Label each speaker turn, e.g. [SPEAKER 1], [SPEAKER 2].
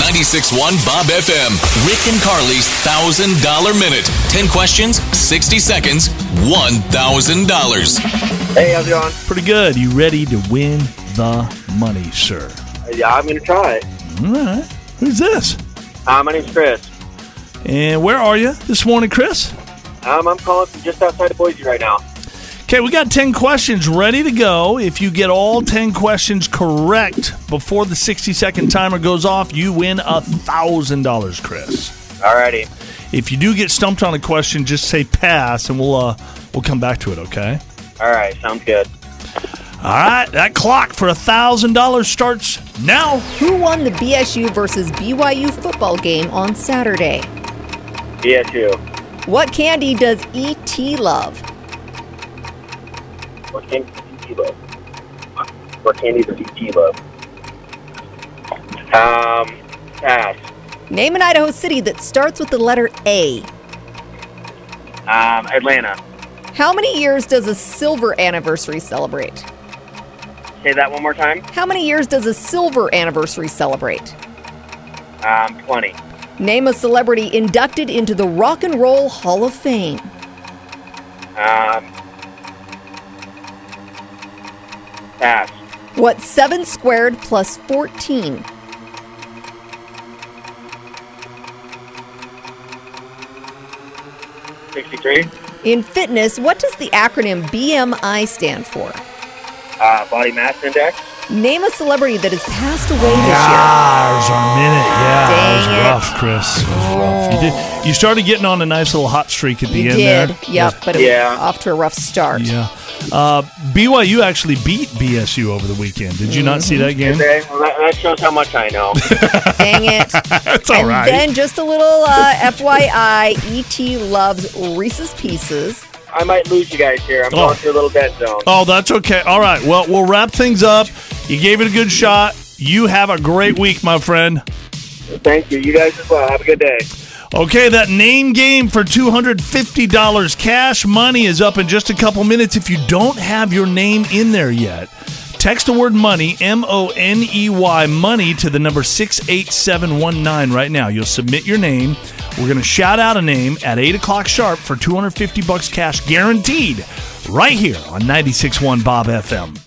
[SPEAKER 1] 961 Bob FM. Rick and Carly's $1,000 minute. 10 questions, 60 seconds, $1,000.
[SPEAKER 2] Hey, how's it going?
[SPEAKER 3] Pretty good. You ready to win the money, sir?
[SPEAKER 2] Uh, Yeah, I'm gonna try.
[SPEAKER 3] All right. Who's this?
[SPEAKER 2] Uh, my name's Chris.
[SPEAKER 3] And where are you this morning, Chris?
[SPEAKER 2] Um, I'm calling from just outside of Boise right now.
[SPEAKER 3] Okay, we got 10 questions ready to go. If you get all 10 questions correct before the 60 second timer goes off, you win $1,000, Chris.
[SPEAKER 2] Alrighty.
[SPEAKER 3] If you do get stumped on a question, just say pass and we'll uh, we'll come back to it, okay?
[SPEAKER 2] All right, sounds good.
[SPEAKER 3] All right, that clock for $1,000 starts now.
[SPEAKER 4] Who won the BSU versus BYU football game on Saturday?
[SPEAKER 2] BSU.
[SPEAKER 4] What candy does E.T. love?
[SPEAKER 2] What candy does ET love? What candy does ET love? Um, pass.
[SPEAKER 4] Name an Idaho city that starts with the letter A.
[SPEAKER 2] Um, Atlanta.
[SPEAKER 4] How many years does a silver anniversary celebrate?
[SPEAKER 2] Say that one more time.
[SPEAKER 4] How many years does a silver anniversary celebrate?
[SPEAKER 2] Um, 20.
[SPEAKER 4] Name a celebrity inducted into the Rock and Roll Hall of Fame.
[SPEAKER 2] Um, pass.
[SPEAKER 4] What's 7 squared plus 14?
[SPEAKER 2] Sixty-three.
[SPEAKER 4] In fitness, what does the acronym BMI stand for?
[SPEAKER 2] Uh, body mass index.
[SPEAKER 4] Name a celebrity that has passed away
[SPEAKER 3] There's
[SPEAKER 4] this
[SPEAKER 3] our minute. Yeah,
[SPEAKER 4] Dang
[SPEAKER 3] that
[SPEAKER 4] it.
[SPEAKER 3] was rough, Chris. Ah, It was rough. You, did, you started getting on a nice little hot streak at the
[SPEAKER 4] year. You
[SPEAKER 3] end
[SPEAKER 4] did.
[SPEAKER 3] there.
[SPEAKER 4] Yep, but it
[SPEAKER 2] Yeah.
[SPEAKER 4] was off to a rough start.
[SPEAKER 3] Yeah. Uh, BYU actually beat BSU over the weekend. Did you not see that
[SPEAKER 4] Mm-hmm.
[SPEAKER 3] game?
[SPEAKER 2] Okay, well, that, that shows how much I know.
[SPEAKER 4] Dang it.
[SPEAKER 3] That's all
[SPEAKER 4] and
[SPEAKER 3] right.
[SPEAKER 4] then just a little uh, FYI, ET E loves Reese's Pieces.
[SPEAKER 2] I might lose you guys here. I'm
[SPEAKER 3] Oh.
[SPEAKER 2] going through a little dead zone.
[SPEAKER 3] oh, that's okay. All right. Well, we'll wrap things up. You gave it a good shot. You have a great week, my friend.
[SPEAKER 2] Thank you. You guys as well. Have a good day.
[SPEAKER 3] Okay, that name game for $250 cash money is up in just a couple minutes. If you don't have your name in there yet, text the word money, M O N E Y, money to the number 68719 right now. You'll submit your name. We're going to shout out a name at 8 o'clock sharp for 250 bucks cash guaranteed right here on 961 Bob FM.